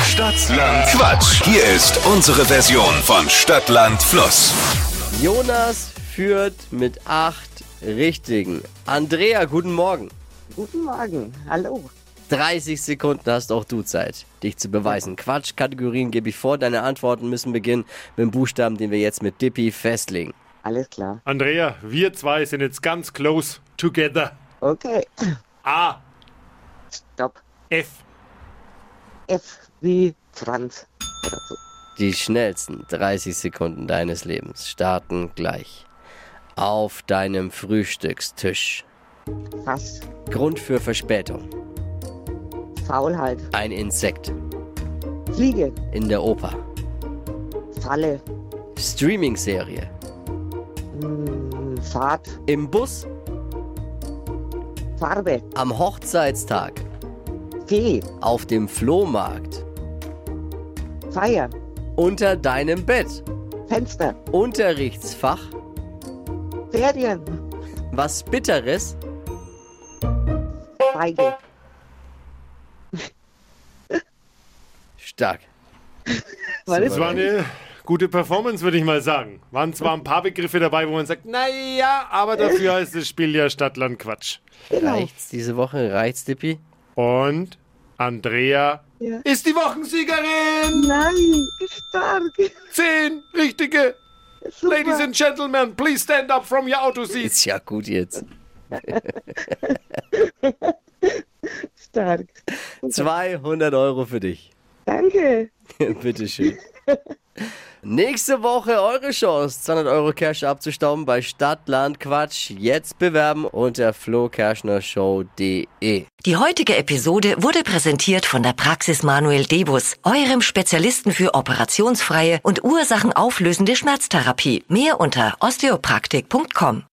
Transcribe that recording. Stadtland Quatsch. Hier ist unsere Version von Stadtland Fluss. Jonas führt mit acht Richtigen. Andrea, guten Morgen. Guten Morgen, hallo. 30 Sekunden hast auch du Zeit, dich zu beweisen. Quatschkategorien gebe ich vor. Deine Antworten müssen beginnen mit dem Buchstaben, den wir jetzt mit Dippy festlegen. Alles klar. Andrea, wir zwei sind jetzt ganz close together. Okay, A, stopp. F. F wie Franz. Oder so. Die schnellsten 30 Sekunden deines Lebens starten gleich. Auf deinem Frühstückstisch. Fass. Grund für Verspätung. Faulheit. Ein Insekt. halt. Fliege. In der Oper. Falle. Streaming-Serie. Hm, Fahrt. Im Bus. Farbe. Am Hochzeitstag. Fee. Auf dem Flohmarkt. Feier. Unter deinem Bett. Fenster. Unterrichtsfach. Ferien. Was Bitteres. Feige. Stark. Was Das war eine gute Performance, würde ich mal sagen. Waren zwar ein paar Begriffe dabei, wo man sagt, naja, aber dafür heißt das Spiel ja Stadtland Quatsch. Genau. Reicht's diese Woche? Reicht's, Dippi? Und Andrea Ja. ist die Wochensiegerin. Nein, stark. Zehn richtige. Super. Ladies and Gentlemen, please stand up from your auto seats. Ist ja gut jetzt. stark. 200 Euro für dich. Danke. Bitteschön. Nächste Woche eure Chance, 200 Euro Cash abzustauben bei Stadtland Quatsch. Jetzt bewerben unter flokerschnershow.de. Die heutige Episode wurde präsentiert von der Praxis Manuel Debus, eurem Spezialisten für operationsfreie und ursachenauflösende Schmerztherapie. Mehr unter osteopraktik.com.